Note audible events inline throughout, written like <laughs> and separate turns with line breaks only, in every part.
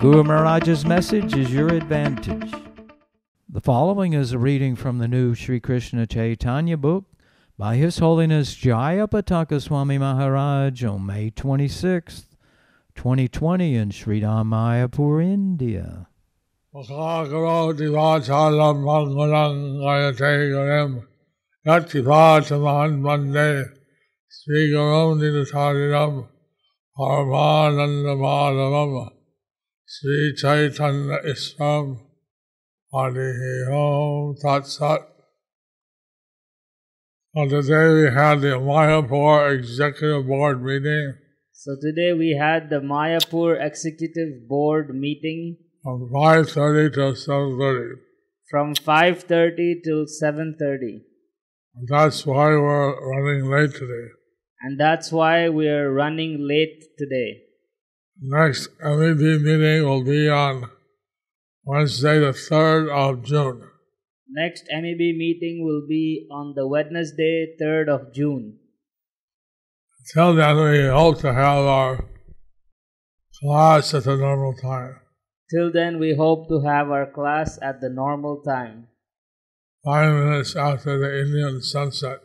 Guru Maharaj's message is your advantage. The following is a reading from the new Sri Krishna Chaitanya book by His Holiness Jayapataka Swami Maharaj on May 26th, 2020 in Sri Mayapur, India.
Pakakaroti vachalam mangalam gayate garim yatti vachamahan mande sri gurum nidhariram paramananda madhavam sri chaitanya isram Harihi Om Tat Sat. On the day we had the Mayapur Executive Board meeting
So today we had the Mayapur Executive Board meeting
from 5.30 to 7.30.
from 5:30 till 7:30
That's why we're running late today.
and that's why we're running late today.
Next MEB meeting will be on Wednesday, the 3rd of June.
Next MEB meeting will be on the Wednesday 3rd of June.
Till then, we hope to have our class at the normal time.
Till then we hope to have our class at the normal time.
Five minutes after the Indian sunset.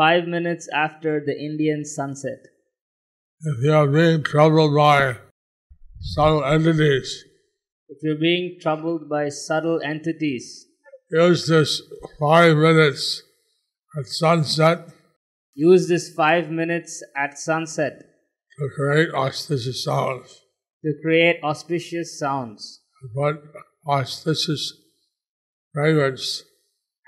5 minutes after the Indian sunset.
If you are being troubled by subtle entities,
If you're being troubled by subtle entities,
use this five minutes at sunset
use this 5 minutes at sunset
to create auspicious sounds.
to create auspicious sounds.
But auspicious fragrance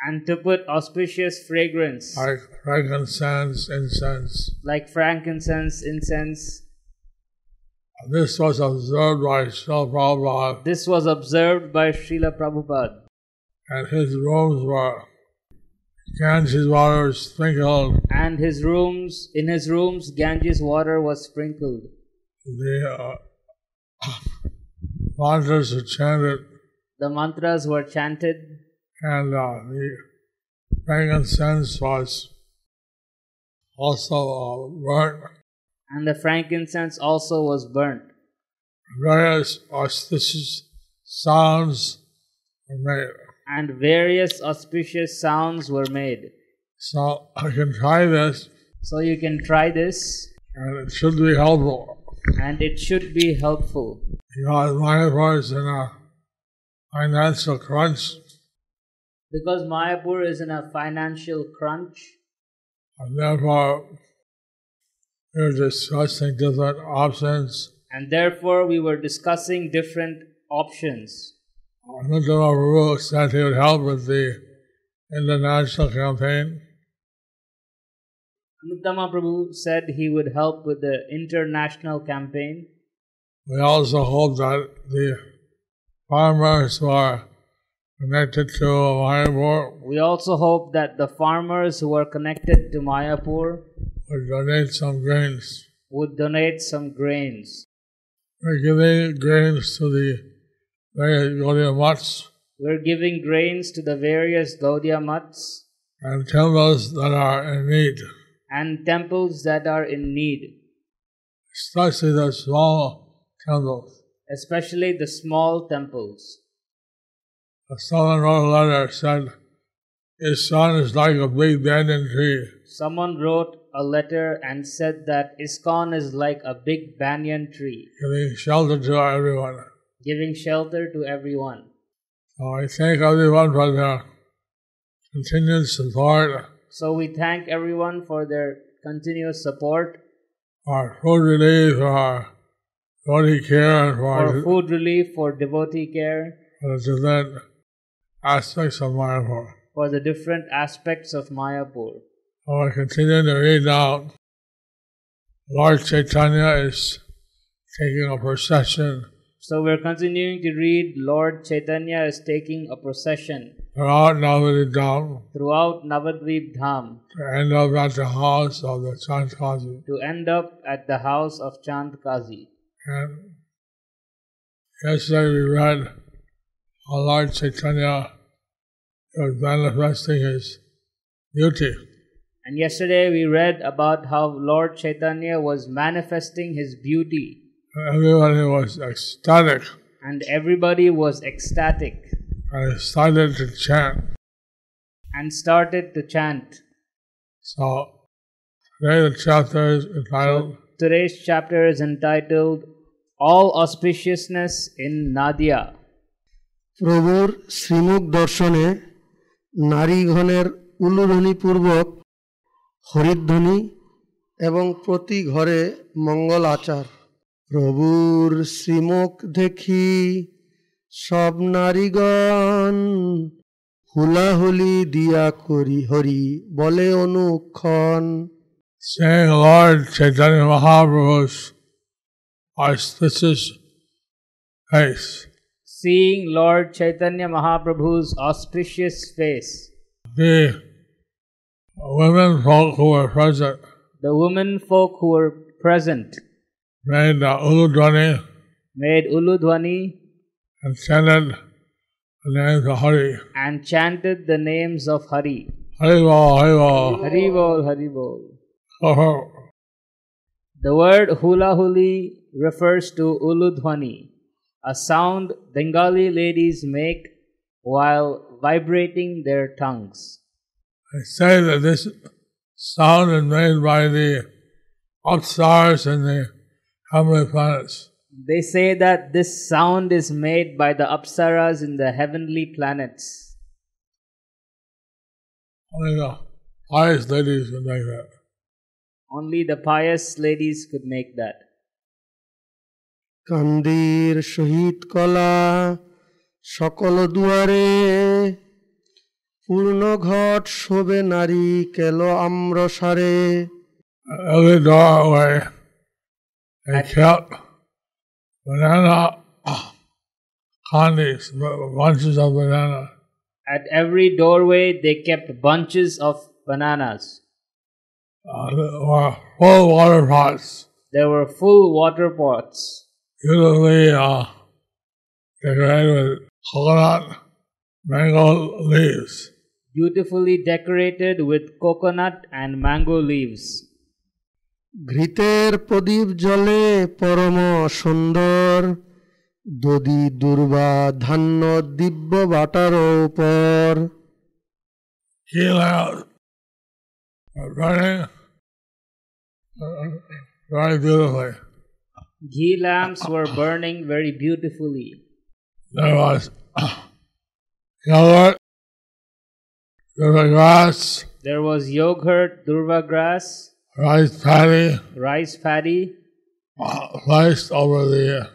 and to put auspicious fragrance
like frankincense, incense.
like frankincense, incense.
And This was observed by Srila Prabhupada,
This was observed by Srila Prabhupada,
and his rooms were Ganges water sprinkled,
and his rooms in his rooms Ganges water was sprinkled.
the uh, mantras were chanted,
The mantras were chanted,
and uh, the frankincense was also uh, burnt.
and the frankincense also was burnt.
Various auspicious sounds were made.
And various auspicious sounds were made.
So I can try this,
So you can try this,
and it should be helpful.
and it should be helpful.
Because Mayapur is in a financial crunch,
Because Mayapur is in a financial crunch,
and therefore we're discussing different options.
and therefore we were discussing different options.
Anandama Babu said he would help with the international campaign,
Anuttama Prabhu said he would help with the international campaign.
we also hope that the farmers who are connected to Mayapur
We also hope that the farmers who are connected to Mayapur
would donate some grains.
would donate some grains.
We're giving grains to the various Gaudiya Mutts
We're giving grains to the various Gaudiya Mutts
and temples that are in need.
and temples that are in need,
especially the small temples.
especially the small temples.
Someone wrote a letter said, His son is like a big banyan tree.
Someone wrote a letter and said that ISKCON is like a big banyan tree,
giving shelter to everyone.
giving shelter to everyone.
So I thank everyone for their continued support,
So we thank everyone for their continuous support
for food relief, for body care, and
for
for,
food relief, for devotee care,
for the different aspects of Mayapur.
for the different aspects of Mayapur.
So I continue to read out. Lord Chaitanya is taking a procession
So we're continuing to read Lord Chaitanya is taking a procession
throughout Navadvip Dham
throughout Navadvip Dham
to end up at the house of the Chant Kazi.
to end up at the house of Chand Kazi.
And yesterday we read how Lord Chaitanya was manifesting his beauty.
And yesterday we read about how Lord Chaitanya was manifesting his beauty
And everybody was ecstatic
and everybody was ecstatic
and they started to chant.
and started to chant.
So today the chapter is entitled
Today's chapter is entitled All Auspiciousness in Nadia.
প্রভুর শ্রীমুখ দর্শনে নারীগণের উলুধ্বনিপূর্বক হরিধ্বনি এবং প্রতি ঘরে মঙ্গল আচার প্রভুর শ্রীমুখ দেখি সব নারীগণ হুলাহুলি দিয়া করি হরি বলে অনুক্ষণ
Saying Lord Chaitanya Mahaprabhu's auspicious face.
Seeing Lord Chaitanya Mahaprabhu's auspicious face,
The women folk who were present
the women folk who were present
made the Uludwani
made Uludwani
and chanted the names of Hari.
and chanted the names of Hari.
Hari Bol, Hari Bol.
Hari Bol, Hari Bol.
Oh,
The word hula huli refers to uludhwani, a sound Bengali ladies make while vibrating their tongues.
They say that this sound is made by the upstars and the heavenly planets.
They say that this sound is made by the apsaras in the heavenly planets.
Only the highest ladies can make that.
Only the pious ladies could make that.
কান্দির সহিত কলা সকল দুয়ারে পূর্ণ ঘট শোবে নারী কেল আম্র সারে
Every doorway they kept banana candies, bunches of banana.
At every doorway, they kept bunches of bananas.
Uh, there were full water pots.
There were full water pots,
usually uh, decorated with coconut mango leaves.
beautifully decorated with coconut and mango leaves.
ঘৃতের প্রদীপ জলে পরম সুন্দর দদি দুর্বা ধান্য দিব্য বাটার উপর
Key lamps were burning uh, very beautifully.
Ghee lamps were burning very beautifully.
There was <clears throat> yogurt, there was grass,
There was yogurt, durva grass,
rice paddy
rice paddy
uh, placed over the uh,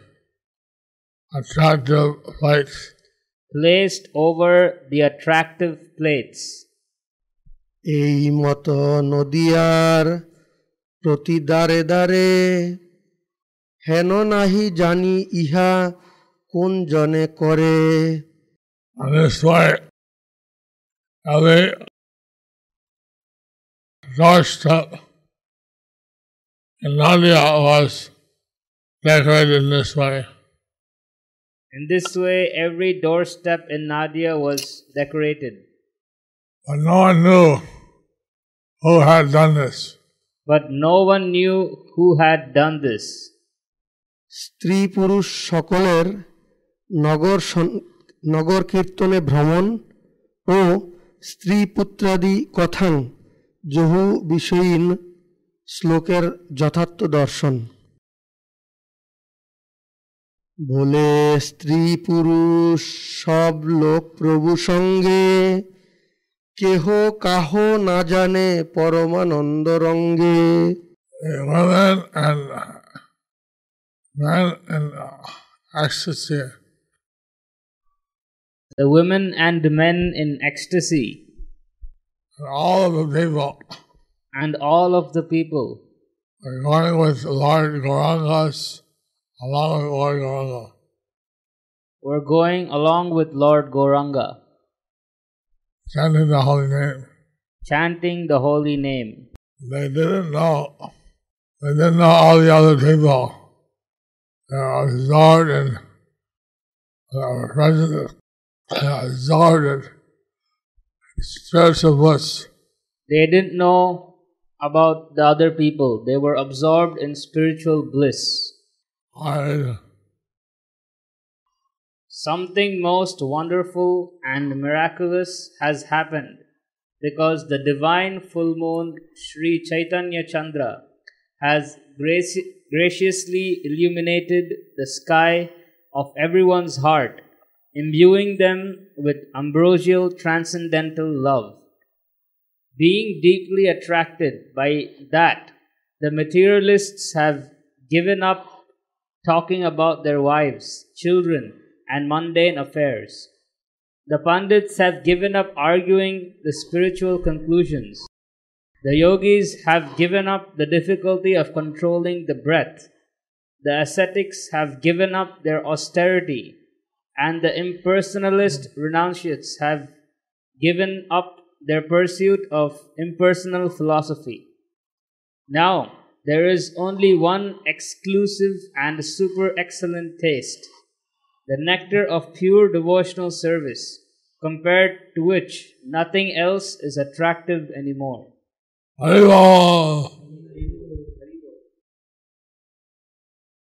attractive plates.
placed over the attractive plates.
এই মত নদিয়ার প্রতি দ্বারে দ্বারে হেন নাহি জানি ইহা কোন জনে করে
on this way. Now they doorstep in Nadia was decorated in this way.
In this way, every doorstep in Nadia was decorated.
But no one knew who had done this.
But no one knew who had done this.
স্ত্রী পুরুষ সকলের নগর সন- নগর কীর্তনে ভ্রমণ ও স্ত্রী পুত্রাদি কথাং জহু বিষয়ীন শ্লোকের যথার্থ দর্শন বলে স্ত্রী পুরুষ সব লোক প্রভু সঙ্গে কেহ কাহ না জানে পরমানন্দ রঙ্গে
The women and men in ecstasy
The women and men in ecstasy,
and all of the people
and all of the people
were going with Lord Gaurangas along with Lord Gauranga.
We're going along with Lord Goranga,
chanting the holy name.
chanting the holy name.
They didn't know. They didn't know all the other people. They were absorbed in uh, prejudice. They were absorbed in spiritual bliss.
They didn't know about the other people, they were absorbed in spiritual bliss.
I,
Something most wonderful and miraculous has happened because the divine full moon Sri Chaitanya Chandra has graci- graciously illuminated the sky of everyone's heart, imbuing them with ambrosial transcendental love. Being deeply attracted by that, the materialists have given up talking about their wives, children, and mundane affairs. The Pandits have given up arguing the spiritual conclusions. The yogis have given up the difficulty of controlling the breath. The ascetics have given up their austerity. And the impersonalist renunciates have given up their pursuit of impersonal philosophy. Now, there is only one exclusive and super excellent taste the nectar of pure devotional service, compared to which nothing else is attractive anymore.
Haribo.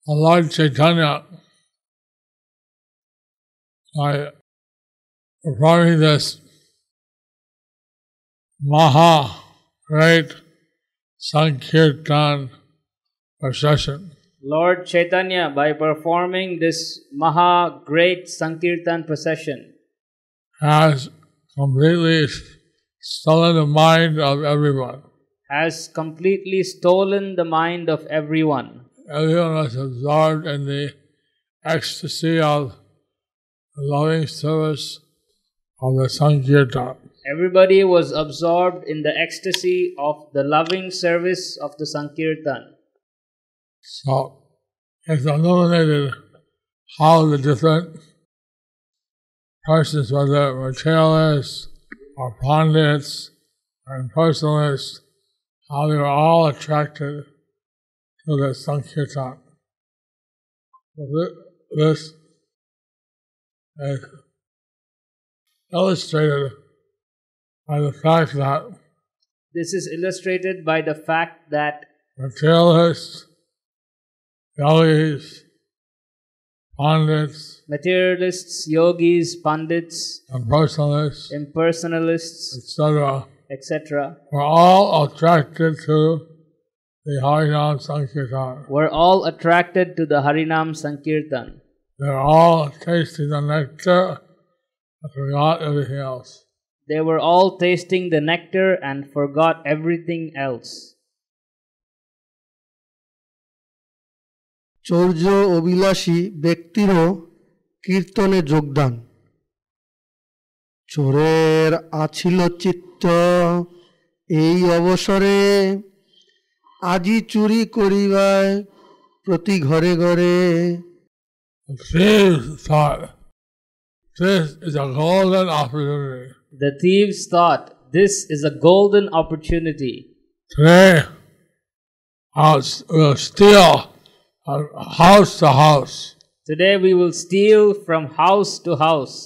Lord Chaitanya, by performing this Maha great Sankirtan procession,
Lord Chaitanya, by performing this Maha great Sankirtan procession,
has completely stolen the mind of everyone.
has completely stolen the mind of everyone.
Everyone was absorbed in the ecstasy of the loving service of the Sankirtan.
Everybody was absorbed in the ecstasy of the loving service of the Sankirtan.
So it's illuminated how the different persons, whether materialists or pundits or impersonalists, how they were all attracted to the Sankirtan. So thi- This is illustrated by the fact that
This is illustrated by the fact that
materialists, yogis, pundits,
materialists, yogis, pandits,
and personalists,
impersonalists,
etc.,
etc.,
were all attracted to the Harinam Sankirtan.
were all attracted to the Harinam Sankirtan.
They were all tasting the nectar and forgot everything else.
They were all tasting the nectar and forgot everything else.
চৌর্য অভিলাষী ব্যক্তিরও কীর্তনে যোগদান চোরের আছিল চিত্ত এই অবসরে আজি চুরি করিবায় প্রতি ঘরে ঘরে
The thieves thought, this is a golden opportunity.
The thieves thought, This is a golden opportunity.
Today, I'll s- we'll steal uh, house to house.
Today we will steal from house to house.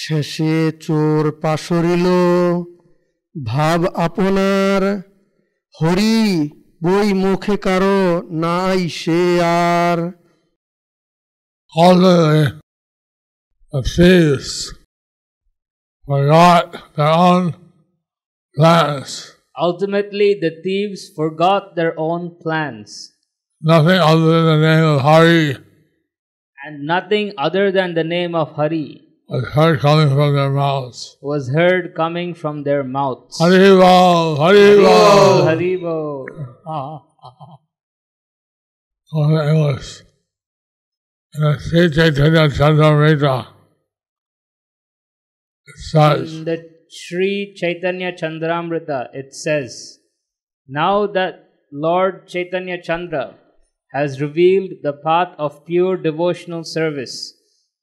শেষে চোর পাশরিল ভাব আপনার হরি বই মুখে কারো নাই সে আর
Ultimately, the thieves forgot their own plans,
Ultimately, the thieves forgot their own plans,
nothing other than the name of Hari
and nothing other than the name of Hari
was heard coming from their mouths.
was heard coming from their mouths.
Haribo, Haribo.
Haribo.
All the English. And the Sri Chaitanya Chandramrita it says,
In the Sri Chaitanya Chandramrita, it says, Now that Lord Chaitanya Chandra has revealed the path of pure devotional service.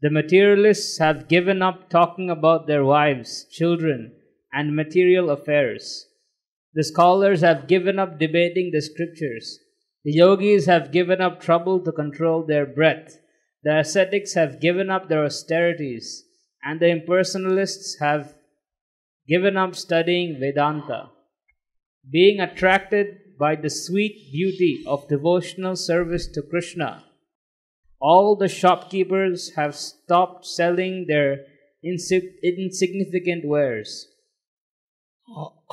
The materialists have given up talking about their wives, children, and material affairs. The scholars have given up debating the scriptures. The yogis have given up trouble to control their breath. The ascetics have given up their austerities. And the impersonalists have given up studying Vedanta. Being attracted by the sweet beauty of devotional service to Krishna, all the shopkeepers have stopped selling their insig- insignificant wares.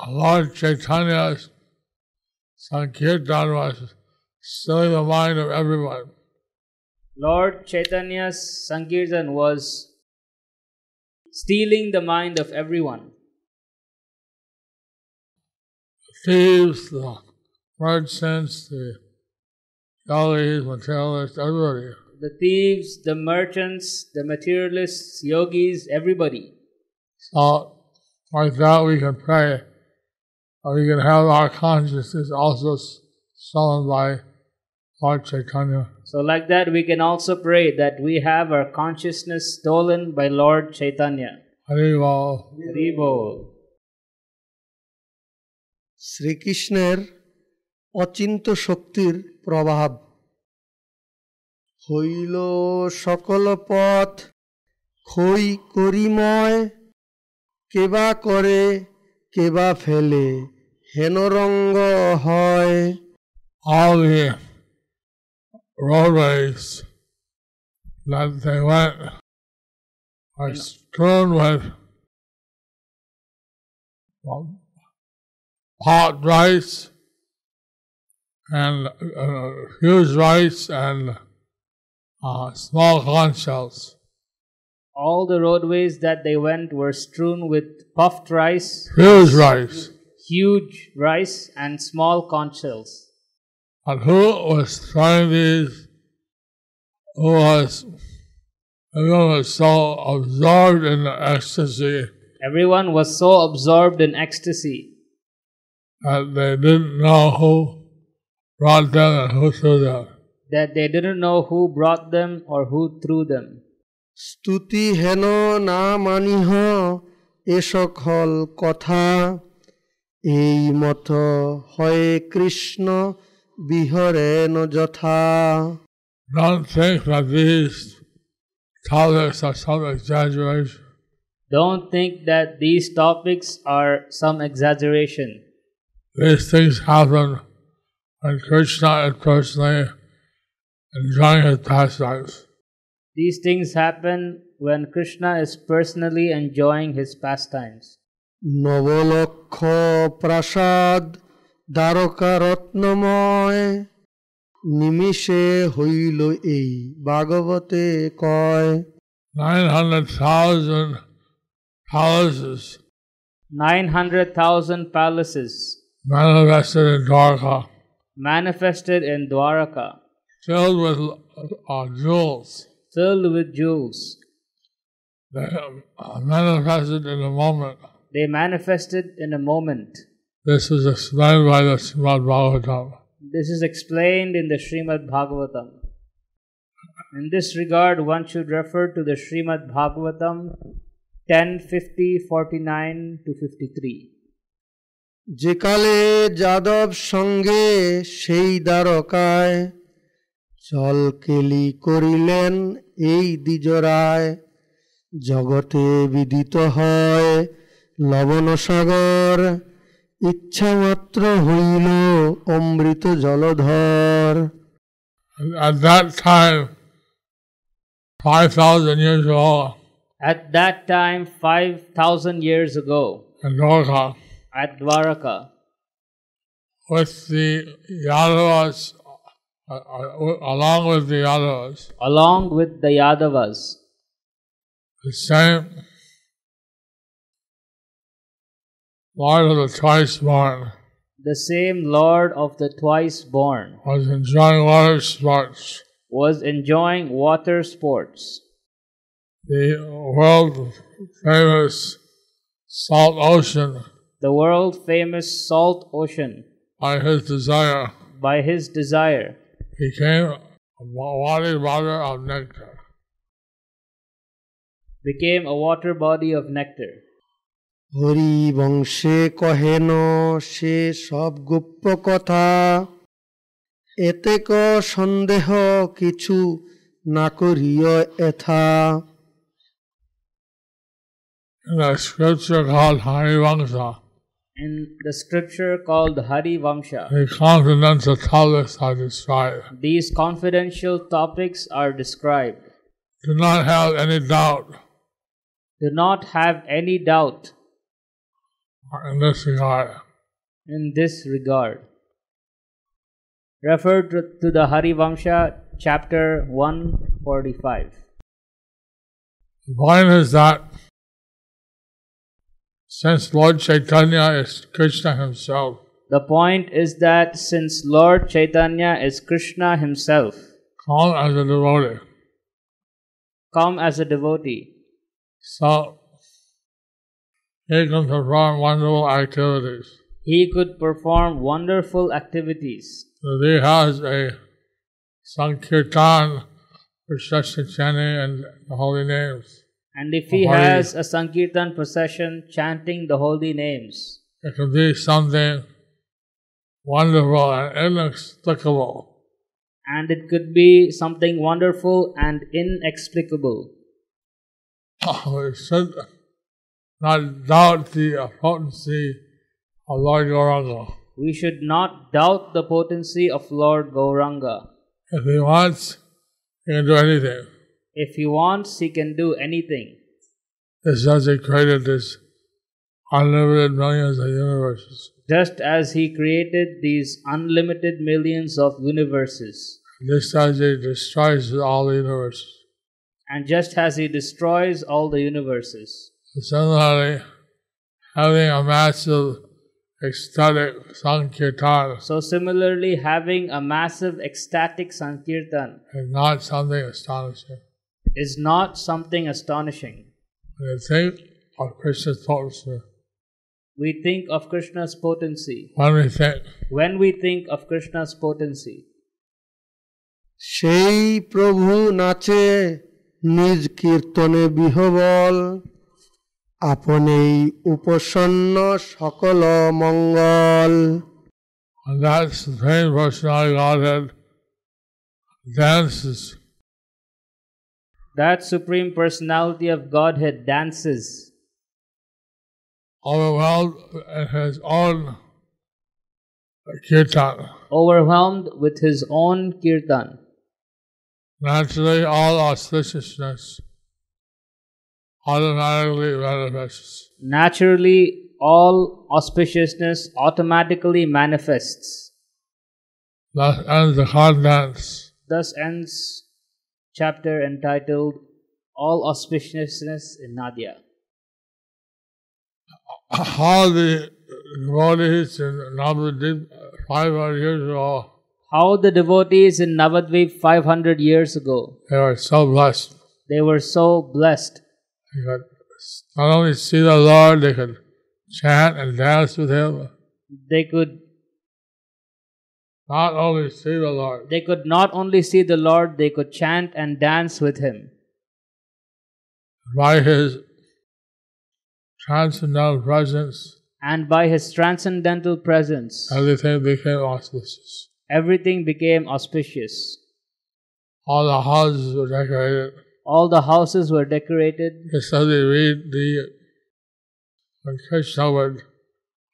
Lord Chaitanya's Sankirtan was still in the mind of everyone.
Lord Chaitanya's Sankirtan was stealing the mind of everyone.
Thieves, the merchants, the yogis, materialists, everybody.
The thieves, the merchants, the materialists, yogis, everybody.
So, like that, we can pray. Or we can have our consciousness also s- summoned by Lord Chaitanya.
So, like that, we can also pray that we have our consciousness stolen by Lord Chaitanya.
Hare Bol.
Hari Bol.
শ্রীকৃষ্ণের অচিন্ত শক্তির প্রভাব হইল সকল পথ খই করিময় কেবা করে কেবা ফেলে হেনরঙ্গ হয়
All the roadways that they went are strewn with well, pot rice and uh, huge rice and uh, small conch shells.
All the roadways that they went were strewn with puffed rice,
Huge rice.
huge rice, and small conch shells.
And who was trying these? Who was, everyone was so absorbed in the ecstasy
Everyone was so absorbed in ecstasy
that they didn't know who brought them and who threw them.
that they didn't know who brought them or who threw them.
স্তুতি হেন না মানিহ এ সকল কথা এই মত হয় কৃষ্ণ বিহরেন যথা
Don't think that these topics are some exaggeration.
Don't think that these topics are some exaggeration.
These things happen when Krishna is personally enjoying his pastimes.
These things happen when Krishna is personally enjoying his pastimes.
নবলক্ষ প্রাসাদ দ্বারকা রত্নময় নিমিষে হইল এই ভাগবতে কয়
900,000 palaces
900,000 palaces
manifested in Dwarka,
manifested in Dwaraka,
filled with uh, jewels.
filled with jewels.
They uh, manifested in a moment.
They manifested in a moment.
This is explained by the Srimad Bhagavatam.
This is explained in the Srimad Bhagavatam. In this regard, one should refer to the Srimad Bhagavatam 1050 49 to 53.
যেকালে Yadav সঙ্গে সেই দ্বারকায় চলকেলি করিলেন এই দ্বিজরায় জগতে বিদিত হয় লবণ সাগর ইচ্ছামাত্র হইল অমৃত জলধর
And At that time, 5,000 years ago
At that time, 5,000 years ago,
in Dwarka,
at Dwaraka,
with the Yadavas, uh, uh, along with the Yadavas,
along with the Yadavas,
the same Lord of the Twice Born
the same Lord of the Twice Born
was enjoying water sports.
was enjoying water sports.
The world famous Salt Ocean
The world famous Salt Ocean
by his desire.
by his desire.
He became a body brother of nectar.
became a water body of nectar.
হরিবংশে কহেন সে সব গোপ্য কথা এতে ক সন্দেহ কিছু না করিয় এথা
In a scripture called Hari Vamsa,
In the scripture called Hari Vamsha,
the continental tablets are described.
these confidential topics are described.
Do not have any doubt
Do not have any doubt
in this regard.
in this regard. Refer to, to the Hari Vamsha chapter 145.
The point is that since Lord Chaitanya is Krishna himself,
The point is that since Lord Chaitanya is Krishna himself,
come as a devotee.
come as a devotee,
So he can perform wonderful activities.
he could perform wonderful activities.
So he has a Sankirtan for Shashachani and the holy names.
And if he
Hari.
has a Sankirtan procession chanting the holy names,
It can be something wonderful and inexplicable.
and it could be something wonderful and inexplicable.
we Oh, should not doubt the potency of Lord Gauranga.
We should not doubt the potency of Lord Gauranga.
If he wants, he can do anything.
If he wants, he can do anything.
This as he created this unlimited millions of universes.
Just as he created these unlimited millions of universes,
This as he destroys all the universes.
and just as he destroys all the universes.
Similarly, having a massive ecstatic sankirtan
So, similarly, having a massive ecstatic Sankirtan
is not something astonishing.
is not something astonishing.
When you think of Krishna's potency,
We think of Krishna's potency.
when we think
When we think of Krishna's potency,
সেই প্রভু নাচে নিজ কীর্তনে বিহবল আপনেই উপসন্ন সকল মঙ্গল
And that Supreme Personality Godhead dances
that Supreme Personality of Godhead dances,
overwhelmed in his own kirtan.
overwhelmed with his own Kirtan.
Naturally, all auspiciousness automatically manifests.
Naturally, all auspiciousness automatically manifests.
Thus ends the contents
Thus ends chapter entitled All Auspiciousness in Nadia.
how the devotees in Navadvip 500 years ago,
How the devotees in Navadvip 500 years ago,
they were so blessed.
they were so blessed
They could not only see the Lord, they could chant and dance with Him.
they could
Not only see the Lord,
they could not only see the lord they could chant and dance with him
by His transcendental presence,
and by his transcendental presence
everything became auspicious.
everything became auspicious
All the houses were decorated.
all the houses were decorated
Just so they read the when Krishna would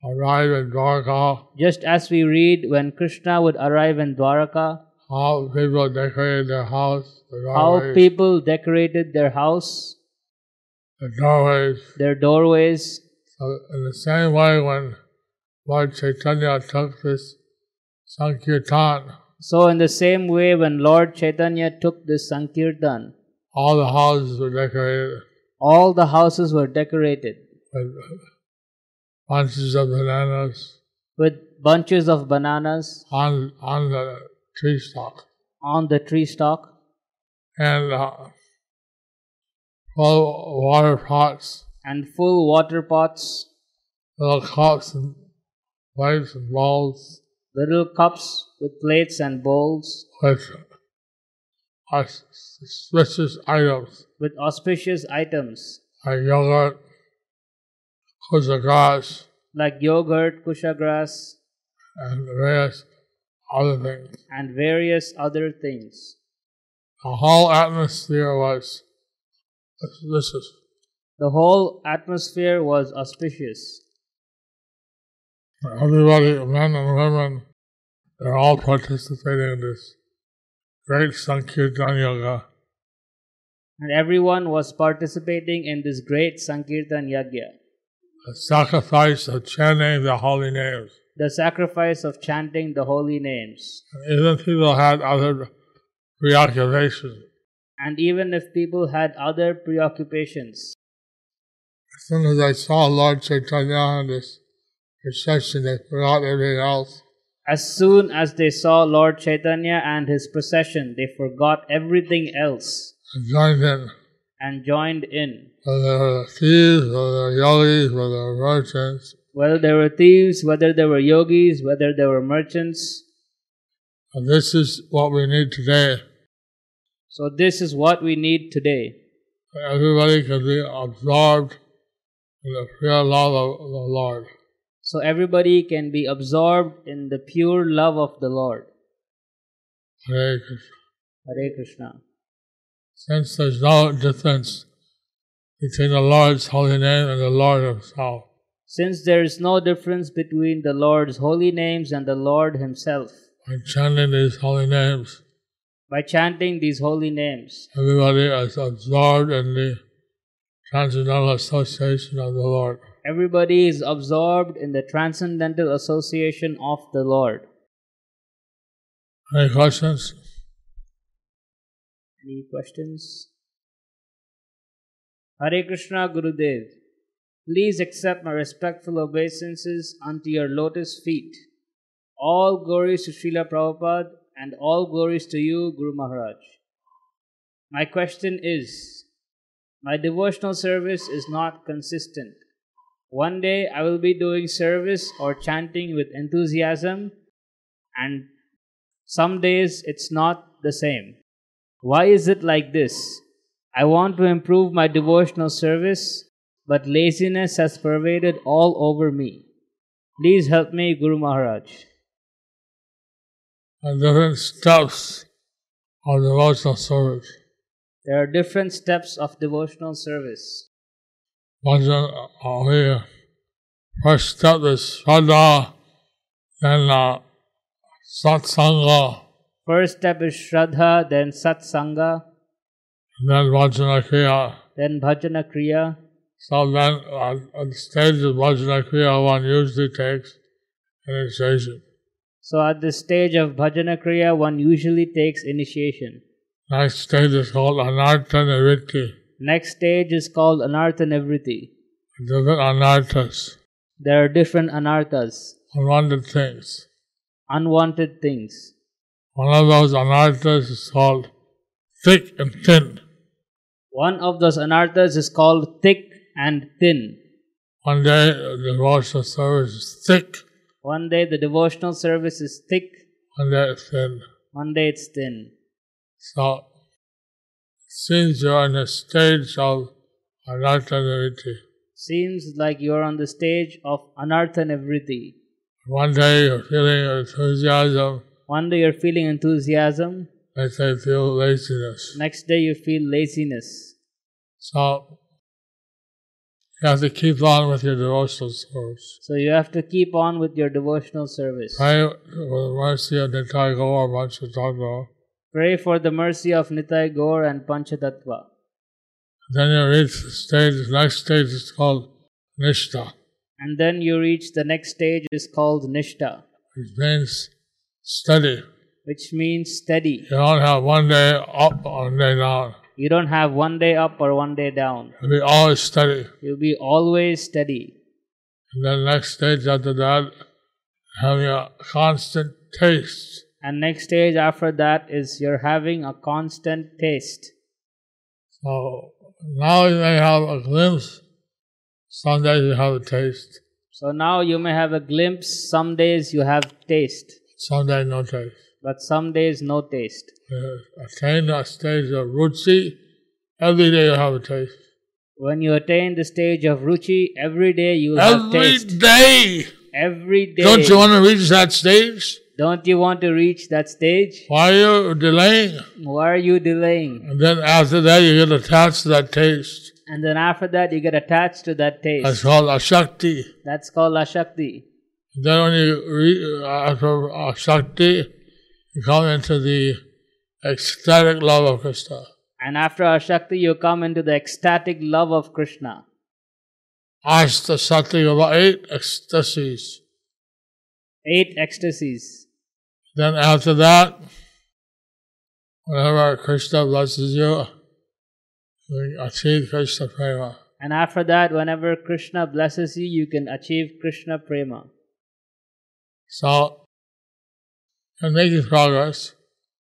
arrive in Dwarka,
just as we read when krishna would arrive in dwaraka
how people decorated their house, the
how
doorways,
people decorated their house
the doorways.
their doorways
So in the same way, when Lord Chaitanya took this Sankirtan,
so in the same way when lord chaitanya took this sankirtan
all the houses were decorated.
all the houses were decorated
with bunches of bananas
with bunches of bananas
on on the tree stalk,
on the tree stalk
and uh, full water pots,
and full water pots,
little cups and plates and bowls,
little cups with plates and bowls,
with auspicious items
with auspicious items
like yogurt, kusagras,
like yogurt, kushagrass,
and various other things.
and various other things.
The whole atmosphere was auspicious.
The whole atmosphere was auspicious.
Everybody, men and women, they're all participating in this great Sankirtan Yoga.
And everyone was participating in this great Sankirtan Yagya,
The sacrifice of chanting the holy names.
the sacrifice of chanting the holy names.
And even people had other preoccupations.
And even if people had other preoccupations,
As soon as they saw Lord Chaitanya in this procession, they forgot everything else.
as soon as they saw Lord Chaitanya and his procession, they forgot everything else
and joined in.
and joined in.
Whether they were thieves, whether they were yogis, whether they were merchants,
Whether they were thieves, whether they were yogis, whether they were merchants.
and this is what we need today.
So, this is what we need today.
Everybody can be absorbed in the pure love of the Lord.
So, everybody can be absorbed in the pure love of the Lord.
Hare Krishna.
Hare Krishna.
Since there's no difference between the Lord's holy name and the Lord Himself,
Since there is no difference between the Lord's holy names and the Lord Himself,
by chanting these holy names,
by chanting these holy names,
everybody is absorbed in the transcendental association of the Lord.
everybody is absorbed in the transcendental association of the Lord.
Any questions?
Any questions? Hare Krishna Gurudev, please accept my respectful obeisances unto your lotus feet. All glories to Srila Prabhupada and all glories to you, Guru Maharaj. My question is My devotional service is not consistent. One day I will be doing service or chanting with enthusiasm, and some days it's not the same. Why is it like this? I want to improve my devotional service, but laziness has pervaded all over me. Please help me, Guru Maharaj.
And different steps of devotional service.
There are different steps of devotional service.
Bhajan over uh, here. First step is Shraddha, then uh, Satsanga,
First step is Shraddha, then Satsanga,
and then Vajranakriya.
then Bhajana Kriya.
So then uh, at the stage of Vajranakriya, one usually takes initiation.
So at this stage of Bhajana Kriya, one usually takes initiation.
Next stage is called Anartha Nivritti,
Next stage is called Anartha Nivriti.
different anarthas,
There are different anarthas,
unwanted things.
unwanted things.
One of those anarthas is called thick and thin.
One of those anarthas is called thick and thin.
One day, uh, the devotional service is thick,
One day the devotional service is thick,
one day it's thin.
one day it's thin.
So, since you're in a stage of anarthanaviti,
Seems like you're on the stage of anartha nivriti.
one day you're feeling enthusiasm,
One day you're feeling enthusiasm,
next day you feel laziness.
next day you feel laziness.
So, you have to keep on with your devotional service.
So you have to keep on with your devotional service.
Pray for the mercy of Nitya Gaur Manchatango.
Pray for the mercy of Nitai Gaur and Panchatattva.
Then you reach the stage, next stage is called Nishta,
And then you reach the next stage is called Nishta,
which means study.
which means steady.
You don't have one day up, one day down.
You don't have one day up or one day down.
We always study.
You'll be always steady.
And then next stage after that, having a constant taste.
And next stage after that is you're having a constant taste.
So now you may have a glimpse. Some days you have a taste.
So now you may have a glimpse, some days you have taste.
Someday no taste.
but some days no taste.
Uh, attain that stage of ruchi, every day you have a taste.
When you attain the stage of ruchi, every day you will have
Every
taste.
day.
Every day.
Don't you want to reach that stage?
Don't you want to reach that stage?
Why are you delaying?
Why are you delaying?
And then after that, you get attached to that taste.
And then after that, you get attached to that taste.
That's called ashakti.
That's called ashakti.
Then when you re- uh, after ashakti, you come into the ecstatic love of Krishna.
And after ashakti, you come into the ecstatic love of Krishna.
Ashta sati about eight ecstasies.
Eight ecstasies.
Then after that, whenever Krishna blesses you, you achieve Krishna prema.
And after that, whenever Krishna blesses you, you can achieve Krishna prema.
So, you're making progress.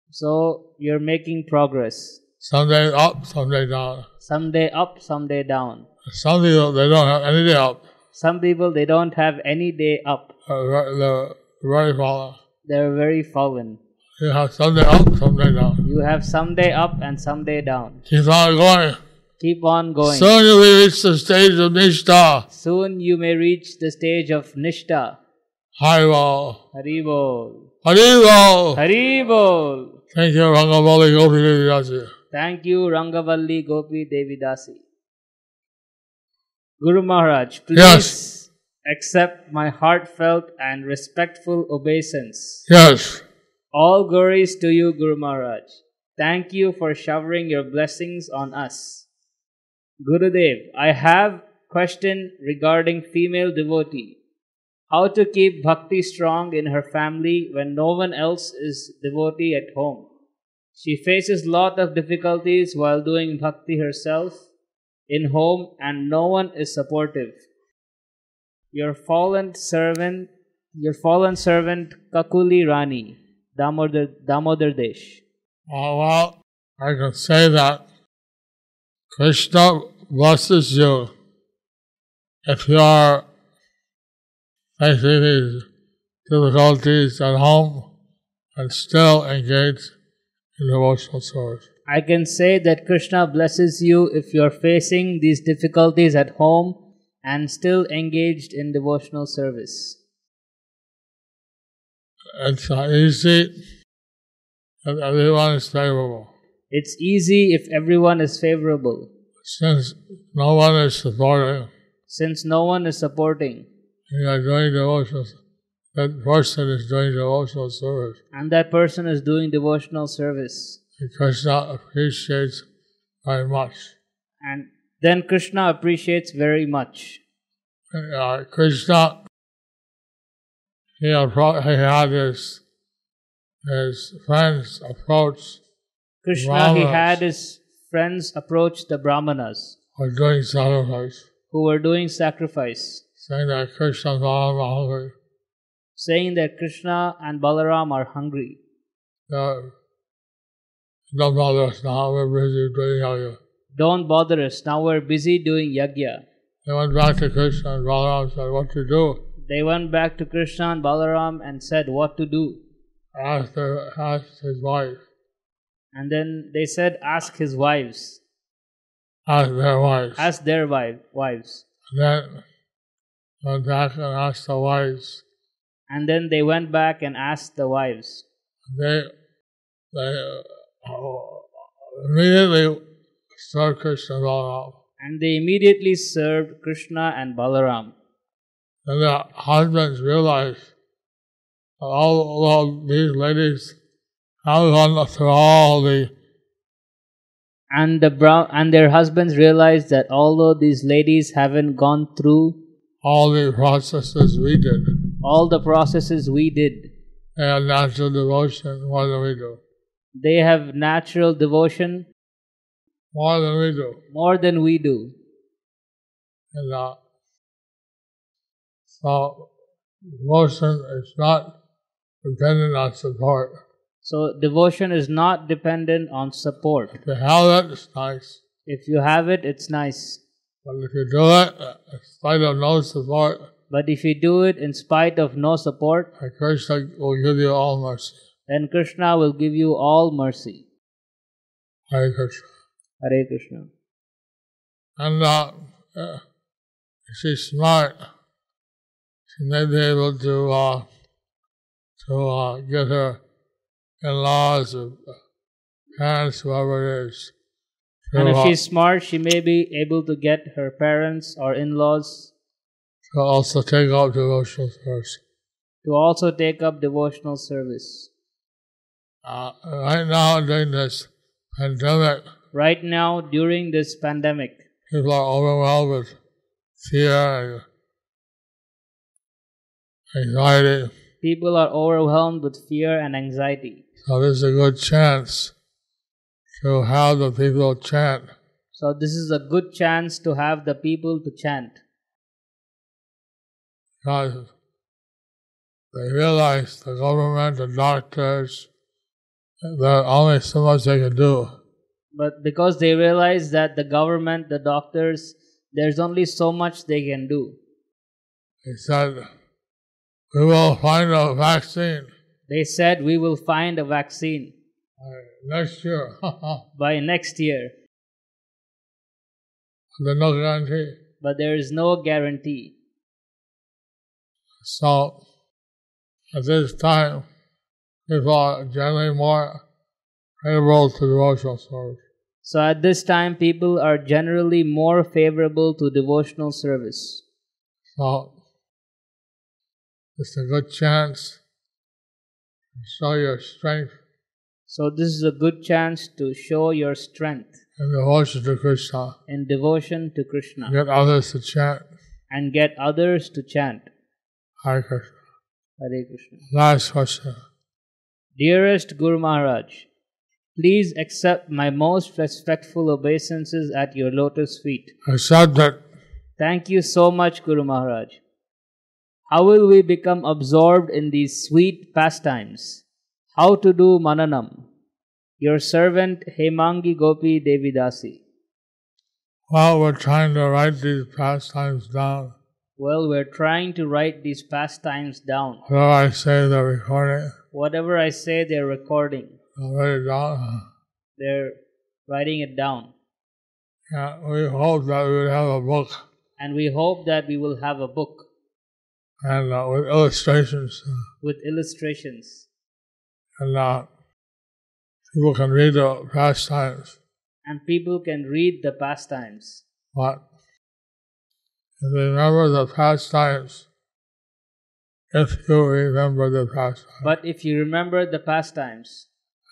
So you're making progress.
Some days up, some days down.
Someday up, someday down.
Some people, they don't have any day up.
Some people, they don't have any day up.
They're very- They're very far.
They're very fallen.
You have some day up, some day down.
You have someday up and someday down.
Keep on going.
Keep on going.
Soon you will reach the stage of Nishta.
Soon you may reach the stage of Nishta.
Haribo.
Haribol.
Haribo.
Haribol.
Thank you, Rangabali Gopi Devi Raju.
Thank you, Rangavalli Gopi Devidasi. Guru Maharaj, please
Yes.
accept my heartfelt and respectful obeisance.
Yes.
All glories to you, Guru Maharaj. Thank you for showering your blessings on us. Gurudev, I have question regarding female devotee. How to keep bhakti strong in her family when no one else is devotee at home? She faces lot of difficulties while doing bhakti herself in home and no one is supportive. Your fallen servant, your fallen servant Kakuli Rani, Damodar, Damodar Desh.
Oh, well, I can say that Krishna blesses you if you are facing these difficulties at home and still engaged in devotional service.
I can say that Krishna blesses you if you're facing these difficulties at home and still engaged in devotional service.
It's not easy, and everyone is favorable.
It's easy if everyone is favorable,
Since no one is supporting,
since no one is supporting,
you are doing devotional, that person is doing devotional service.
and that person is doing devotional service.
and Krishna appreciates very much.
And then Krishna appreciates very much.
Uh, Krishna, he, appro- he had his, his friends approach
Krishna, he
Brahmanas.
had his friends approach the Brahmanas
for doing sacrifice,
who were doing sacrifice,
saying that Krishna is hungry.
saying that Krishna and Balaram are hungry.
Uh, don't bother us now, we're busy doing yoga.
Don't bother us, now we're busy doing yajna.
They went back to Krishna and Balaram said, What to do?
They went back to Krishna and Balaram and said what to do.
Asked, their, asked his wife,
And then they said, ask his wives,
asked their wives.
ask their wife, wives.
And then went back and asked the wives.
And then they went back and asked the wives.
they they uh, immediately start Krishna Balaram.
And they immediately served Krishna and Balaram.
And their husbands realize that all, all these ladies have gone through all the
And the brown and their husbands realized that although these ladies haven't gone through
all the processes we did.
all the processes we did,
They have natural devotion more than we do.
they have natural devotion
More than we do.
more than we do.
And uh, so devotion is not dependent on support.
So devotion is not dependent on support.
If you have it, it's nice.
If you have it, it's nice.
But if you do it, in spite of no support,
But if you do it in spite of no support,
and Krishna will give you all mercy.
then Krishna will give you all mercy.
Hare Krishna.
Hare Krishna.
And uh, uh, if she's smart, she may be able to uh, to uh, get her in-laws or parents, whoever it is. To,
And if
uh,
she's smart, she may be able to get her parents or in laws
to also take out devotional service.
to also take up devotional service.
Uh, right now, during this pandemic,
Right now, during this pandemic,
people are overwhelmed with fear and anxiety.
people are overwhelmed with fear and anxiety.
So this is a good chance to have the people chant
So, this is a good chance to have the people to chant
because they realize the government, the doctors, there's only so much they can do.
but because they realize that the government, the doctors, there's only so much they can do.
He said, "We will find a vaccine
They said, We will find a vaccine
uh, next year." <laughs>
by next year,
There's no guarantee.
but there is no guarantee.
So at this time, people are generally more able to devotional service.
So, at this time, people are generally more favorable to devotional service.
So it's a good chance to show your strength
So, this is a good chance to show your strength
and devotion to Krishna.
in devotion to Krishna
Get others to chant
and get others to chant
Hare Krishna.
Hare Krishna.
Last question.
Dearest Guru Maharaj, please accept my most respectful obeisances at your lotus feet.
Accept that
Thank you so much, Guru Maharaj. How will we become absorbed in these sweet pastimes? How to do mananam? Your servant Hemangi Gopi Devi Dasi.
while we're trying to write these pastimes down,
Well, we're trying to write these pastimes down.
whatever I say, they're recording
Whatever I say, they're recording.
already down.
They're writing it down.
Yeah, we hope that we would have a book
And we hope that we will have a book
and uh, with illustrations, uh,
with illustrations.
and uh, people can read the pastimes.
And people can read the pastimes.
But if you remember the pastimes, if you remember the pastimes,
But if you remember the pastimes,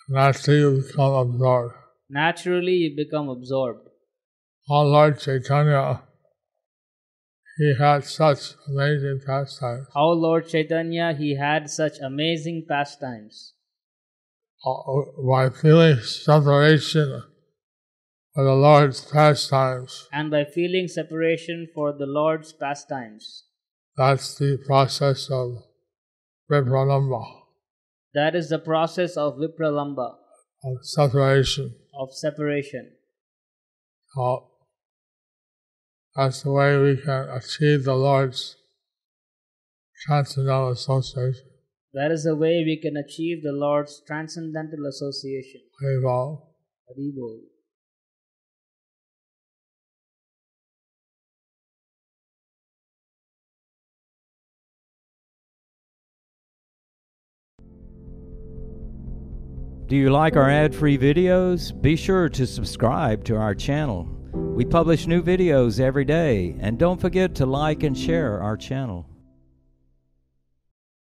naturally you become absorbed.
naturally you become absorbed.
Our Lord Chaitanya, he had such amazing pastimes.
How Lord Chaitanya he had such amazing pastimes.
Uh, By feeling separation for the Lord's pastimes,
And by feeling separation for the Lord's pastimes,
That's the process of vibranamba,
that is the process of Vipralamba,
of separation.
of separation.
Uh, that's the way we can achieve the Lord's transcendental association.
That is the way we can achieve the Lord's transcendental association.
We evolve.
Hari Bol.
Do you like our ad free videos? Be sure to subscribe to our channel. We publish new videos every day, and don't forget to like and share our channel.